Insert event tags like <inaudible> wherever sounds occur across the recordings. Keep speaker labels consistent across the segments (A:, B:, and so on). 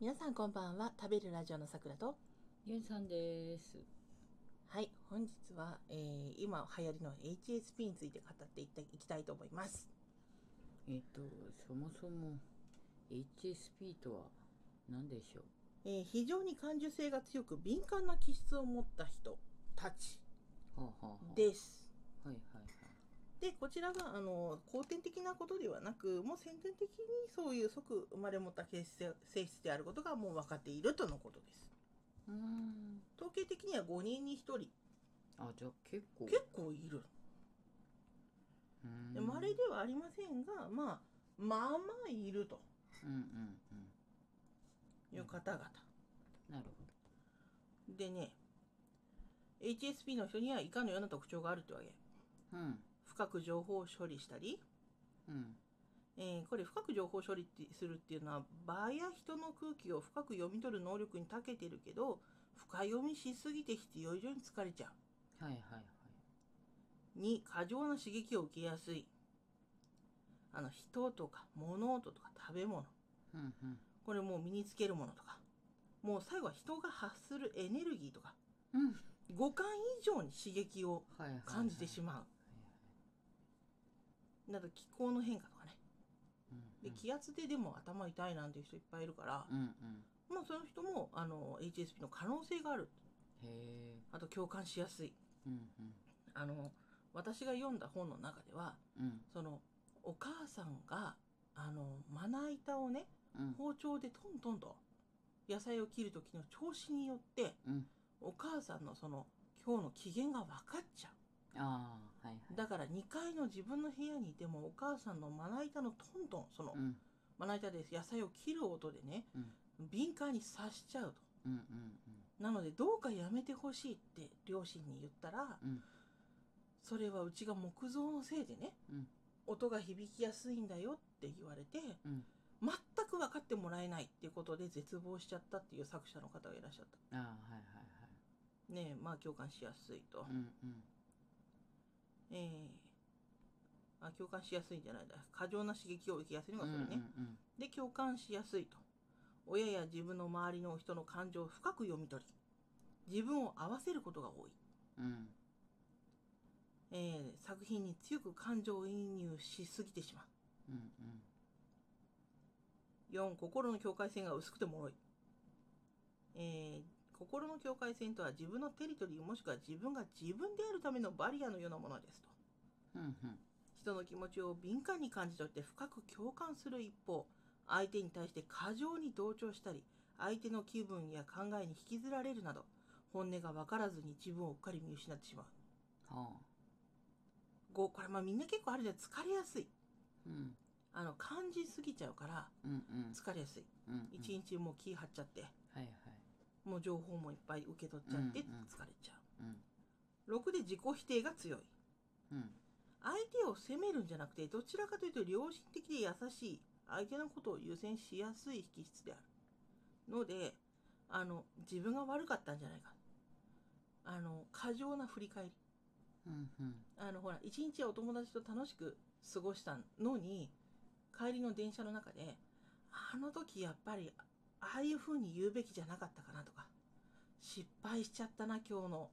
A: 皆さんこんばんは食べるラジオのさくらと
B: ゆんさんです。
A: はい本日は、えー今流行りの HSP について語っていっていきたいと思います
B: えっと、そもそも HSP とは何でしょう
A: えー非常に感受性が強く敏感な気質を持った人たち
B: はあ、はあはあ、
A: です
B: はいはい
A: でこちらがあの後天的なことではなくもう先天的にそういう即生まれ持った形質性質であることがもう分かっているとのことです
B: はい。うーん。
A: 統計的には5人に1人
B: あ、じゃあ結構。
A: 結構いる
B: うーん
A: でまれではありませんが、まあ、まあまあいると
B: うんうんうん。
A: いう方々、
B: なるほ
A: でね HSP の人には以下のような特徴があるってわけ
B: ど。うん。
A: 深く情報を処理したり、
B: うん。
A: えーこれ深く情報処理ってするっていうのは場や人の空気を深く読み取る能力に長けてるけど深読みしすぎて必要以上に疲れちゃ
B: はいはいはい。
A: う2過剰な刺激を受けやすいあの人とか物音とか食べ物
B: うんうん。
A: これもう身につけるものとかもう最後は人が発するエネルギーとか
B: うん。
A: 五感以上に刺激を
B: はいはい、はい。
A: 感じてしまうなど気候の変化とかね
B: う。うんう
A: で
B: ん、
A: 気圧ででも頭痛いなんていう人いっぱいいるから、
B: うんうん。
A: まあ、その人もあの HSP の可能性がある
B: へえ。
A: あと共感しやすい
B: うんうん。
A: あの私が読んだ本の中では
B: うん
A: そのお母さんがあのまな板をね
B: うん。
A: 包丁でトントンと野菜を切る時の調子によって
B: うん。
A: お母さんのその今日の機嫌が分かっちゃ
B: ああ、はいは
A: う
B: い。
A: だから2階の自分の部屋にいてもお母さんのまな板のトントンその
B: うん。
A: まな板で野菜を切る音でね
B: うん
A: 敏感に刺しちゃうと
B: うんうん
A: なのでどうかやめてほしいって両親に言ったら
B: うん。うん。
A: それはうちが木造のせいでね、
B: うん
A: 音が響きやすいんだよって言われて
B: うん。
A: 全く分かってもらえないっていうことで絶望しちゃったっていう作者の方がいらっしゃっ
B: ああ、はいは
A: たねえまあ共感しやすいと、
B: いはい。うんうん。
A: えーあ共感しやすいんじゃないだ過剰な刺激を受けやすいのがそれね、
B: うんうん
A: で共感しやすいと親や自分の周りの人の感情を深く読み取り自分を合わせることが多い、
B: うんうん
A: えー作品に強く感情移入しすぎてしまう
B: うん
A: 4心の境界線が薄くて脆い、えー心の境界線とは自分のテリトリーもしくは自分が自分であるためのバリアのようなものですと
B: うんうん
A: 人の気持ちを敏感に感じ取って深く共感する一方相手に対して過剰に同調したり相手の気分や考えに引きずられるなど本音が分からずに自分をうっかり見失ってしまう
B: は
A: 5
B: あ
A: これまあみんな結構あるじゃん疲れやすい
B: うん
A: あの感じすぎちゃうから
B: うんうん
A: 疲れやすい
B: うん
A: 一日もう気張っちゃって
B: はいはい
A: もう情報もいっぱい受け取っちゃって疲れ
B: うんうん
A: ちゃ
B: うん
A: う、6で自己否定が強い
B: うん
A: 相手を責めるんじゃなくてどちらかというと良心的で優しい相手のことを優先しやすい気質であるのであの自分が悪かったんじゃないかあの過剰な振り返り
B: うんうん
A: あのほら一日お友達と楽しく過ごしたのに帰りの電車の中であの時やっぱりああいう風に言うべきじゃなかったかなとか失敗しちゃったな今日の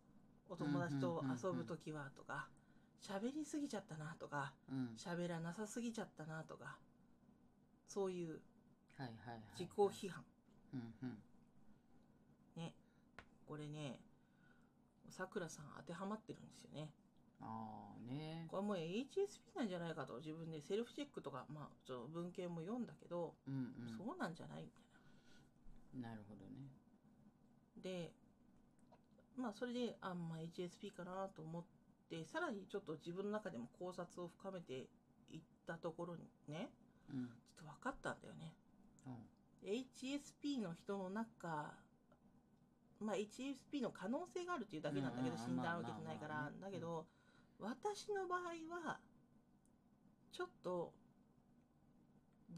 A: お友達と遊ぶ時はとか喋りすぎちゃったなとか
B: うん
A: 喋らなさすぎちゃったなとかそういう
B: はいはいはい
A: 自己批判
B: うんうん
A: これねさくらさん当てはまってるんですよね。
B: ああね
A: これもう HSP なんじゃないかと自分でセルフチェックとか、まあ、ちょっと文献も読んだけど、
B: うんう
A: そうなんじゃないみたい
B: んなるほどね
A: な。でまあそれであんまあ HSP かなと思ってさらにちょっと自分の中でも考察を深めていったところにね
B: うん
A: ちょっと分かったんだよね。
B: うん
A: HSP の人の中まあ HSP の可能性があるっていうだけなんだけど
B: うん
A: 診断を受けてないか
B: まあ
A: ら
B: まあまあね
A: だけど私の場合はちょっと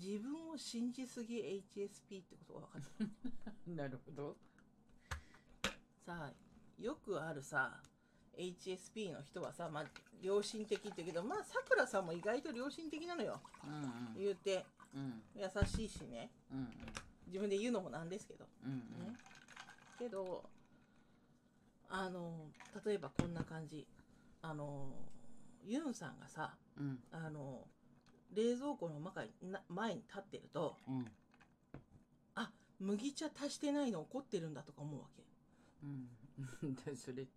A: 自分を信じすぎ HSP ってことが分かった
B: なるほど <laughs>
A: さあよくあるさ HSP の人はさまあ良心的って言うけどまあさくらさんも意外と良心的なのよ
B: うんうん
A: 言うて
B: うん
A: 優しいしね
B: うんうん
A: 自分で言うのもなんですけど、
B: うんうん
A: ね、けどあの例えばこんな感じあのユンさんがさ
B: うん
A: あの冷蔵庫の中にな前に立ってると
B: うん
A: 麦茶足してないの怒ってるんだとか思うわけ、
B: うんでそれ違う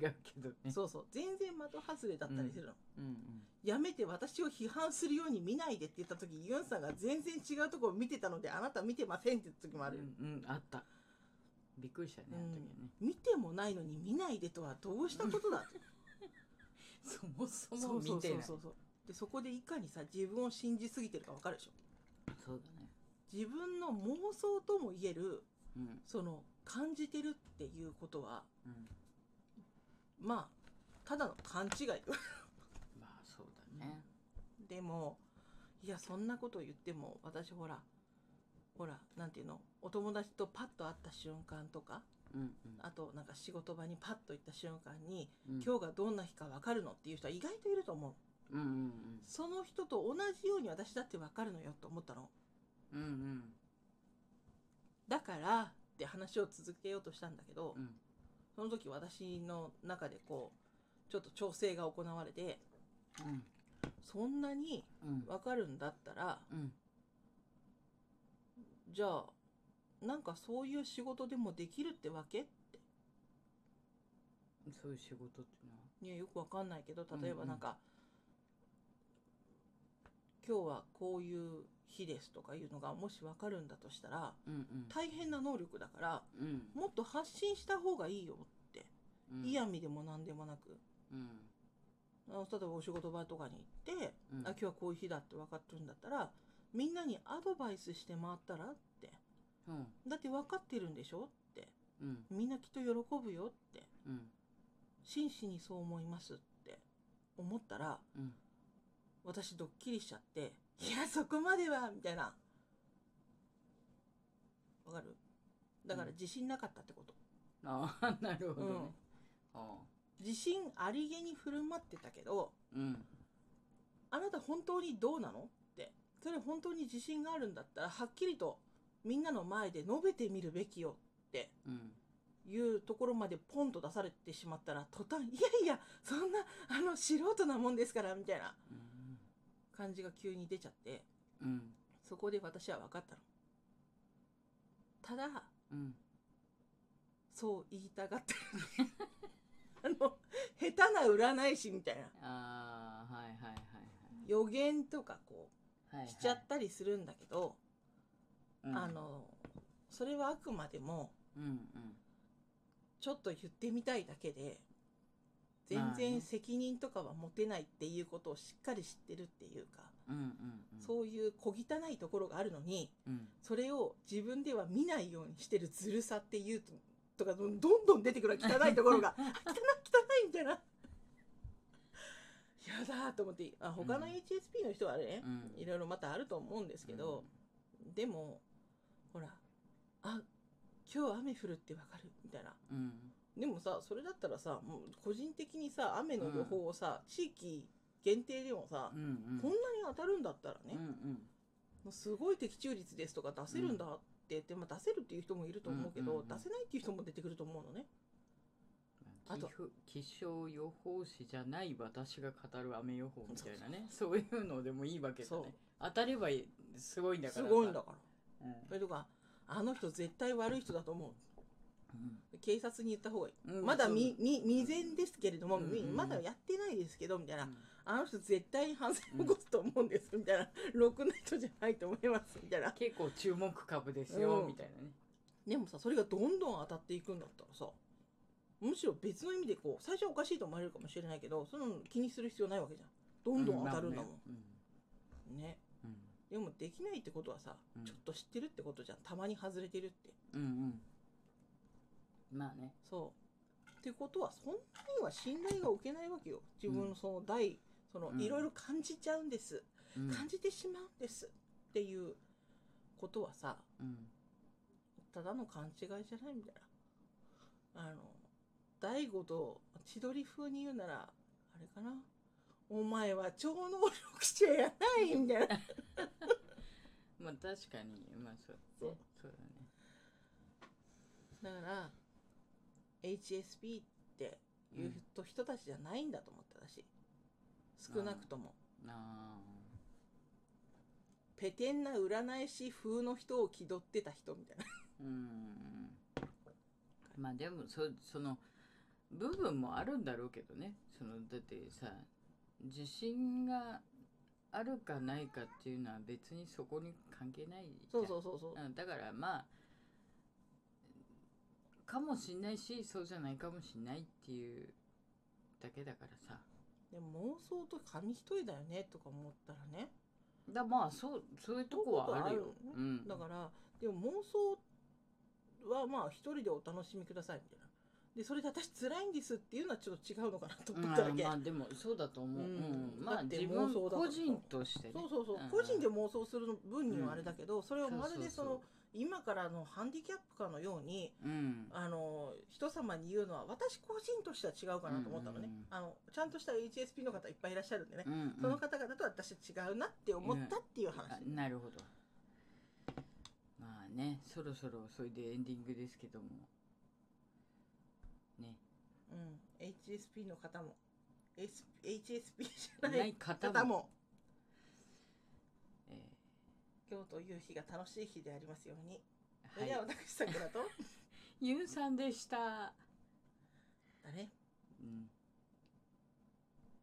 B: けどね
A: そうそう全然的外れだったりするの、
B: うんうん
A: やめて私を批判するように見ないでって言った時ユンさんが全然違うところを見てたのであなた見てませんって言った時もあるよ、
B: うんうんあったびっくりしたねあの時はね、
A: 見てもないのに見ないでとはどうしたことだって
B: そもそ
A: そ
B: も
A: うそ
B: 見
A: う
B: て
A: そ
B: ないう
A: そうそうでそこでいかにさ自分を信じすぎてるか分かるでしょ
B: そうだね
A: 自分の妄想とも言える
B: うん
A: その感じてるっていうことは
B: うん
A: まあただの勘違いよ <laughs>
B: まあそうだね
A: でもいやそんなこと言っても私ほらほらなんていうのお友達とパッと会った瞬間とか
B: うんうん
A: あとなんか仕事場にパッと行った瞬間に
B: うん
A: 今日がどんな日か分かるのっていう人は意外といると思う
B: うんうん
A: その人と同じように私だって分かるのよと思ったの
B: うんうんうん
A: だからって話を続けようとしたんだけど、
B: うん
A: その時私の中でこうちょっと調整が行われて
B: うん
A: そんなに
B: うん
A: 分かるんだったら
B: うん
A: じゃあなんかそういう仕事でもできるってわけ
B: そういう仕事っていうのはい
A: やよくわかんないけど
B: うん
A: 例えばなんか、今日はこういう日です」とかいうのがもしわかるんだとしたら
B: うんうん
A: 大変な能力だから
B: うん
A: もっと発信した方がいいよ、
B: うん
A: 嫌味でも何でもなく
B: うん
A: あの例えばお仕事場とかに行って、
B: うん
A: あ今日はこういう日だって分かってるんだったらみんなにアドバイスして回ったらって
B: うん
A: だって分かってるんでしょって
B: うん
A: みんなきっと喜ぶよって
B: うん
A: 真摯にそう思いますって思ったら
B: うん
A: 私ドッキリしちゃって「いやそこまでは」みたいなわかるだから
B: うん
A: 自信なかったってこと、
B: ああなるほどねあ
A: 自信ありげに振る舞ってたけど
B: あうん
A: あなた本当にどうなのってそれ本当に自信があるんだったらはっきりとみんなの前で述べてみるべきよって
B: うん
A: いうところまでポンと出されてしまったら途端いやいやそんなあの素人なもんですからみたいな
B: うん
A: 感じが急に出ちゃって
B: うん
A: そこで私は分かったの。ただ
B: うん
A: そう言いたがってる <laughs> あの下手な占い師みたいな
B: ああはいはいはい
A: 予言とかこ
B: はい
A: う
B: はい
A: しちゃったりするんだけど、
B: うん
A: あのそれはあくまでも
B: うんうん
A: ちょっと言ってみたいだけで全
B: まあね
A: 然責任とかは持てないっていうことをしっかり知ってるっていうか、
B: うんうんうん
A: そういう小汚いところがあるのに
B: うん
A: それを自分では見ないようにしてるずるさっていうとかどんどん出てくる汚いと
B: <laughs>
A: ころが汚い汚いみたいな。やだと思ってあ他の
B: うん
A: HSP の人はね、
B: うん
A: いろいろまたあると思うんですけど、でもほらあ今日雨降るってわかるみたいな
B: うん
A: でもさそれだったらさもう個人的にさ雨の予報をさ、地域限定でもさ
B: う、んうん
A: こんなに当たるんだったらね、
B: うんうん
A: もうすごい的中率ですとか出せるんだって言って、まあ、出せるっていう人もいると思うけど、
B: うんうんうん
A: 出せないっていう人も出てくると思うのねあと
B: 気象気象予報士じゃない私が語る雨予報みたいなねそういうのでもいいわけだ
A: そう
B: ね当たればいいすごいんだか
A: す
B: ら
A: ごいんだ
B: さ
A: から
B: うん
A: それとかあの人絶対悪い人だと思う警察に言った方がいい
B: うんうん
A: まだ
B: そう
A: みみ未然ですけれども、
B: うんうんうん
A: みまだやってないですけどみたいな、
B: うん
A: あの人絶対に反省を起こすと思うんです、みたいなろくな人じゃないと思いますみたいな
B: 結構注目株ですよ
A: うん
B: みたいなね
A: でもさそれがどんどん当たっていくんだったらさむしろ別の意味でこう最初はおかしいと思われるかもしれないけどその気にする必要ないわけじゃんどんどん当たるんだもん、
B: うね
A: ね
B: うん
A: でもできないってことはさ、
B: うん
A: ちょっと知ってるってことじゃんたまに外れてるって
B: うんうんうんまあね
A: そうってことはそんなには信頼が置けないわけよ自分のその代、その
B: うん
A: いろいろ感じちゃうんです、
B: うん
A: 感じてしまうんですっていうことはさ
B: うん
A: ただの勘違いじゃないみたいなあの大悟と千鳥風に言うならあれかなお前は超能力者やないみたいな
B: まあ確かにまあそう
A: そ
B: だ
A: う
B: ねそうだね
A: だから HSP って言うと人たちじゃないんだと思ったらしい少なくとも
B: あ
A: ペテンな占い師風の人を気取ってた人みたいな
B: ーうんまあでもそその部分もあるんだろうけどねそのだってさ自信があるかないかっていうのは別にそこに関係ないじゃん
A: そうそうそうそう
B: うんだからまあかもしんないしそうじゃないかもしんないっていうだけだからさ
A: でも妄想と紙一重だよねとか思ったらね
B: だまあそうそういうとこはある
A: そうい
B: よ
A: うことはあるよね
B: うん、
A: だからでも妄想はまあ一人でお楽しみくださいみたいなでそれで私辛いんですっていうのはちょっと違うのかなと
B: う
A: 思
B: ん
A: っただけ、
B: まあでもそうだと思う、
A: う
B: うんんま
A: だ
B: あ
A: って
B: 自
A: 妄
B: 分
A: 想だから
B: 個人としてね
A: そうそうそう、
B: ん
A: 個人で妄想する分にはあれだけど、それをまるでその
B: そうそう
A: 今からのハンディキャップかのように
B: うん
A: あの人様に言うのは私個人としては違うかなと思ったのね、
B: うんうんうん
A: あのちゃんとした HSP の方いっぱいいらっしゃるんでね、
B: うんうん
A: その方々と私違うなって思ったっていう話、
B: あなるほどまあねそろそろそれでエンディングですけどもね
A: うん HSP の方も S HSP じゃ
B: い
A: な
B: ないい方も
A: 方も
B: え
A: 今日という日が楽しい日でありますように、
B: ー
A: それでは
B: はい、
A: 私さくらと
B: ゆうさんでした、
A: <laughs> だね
B: うん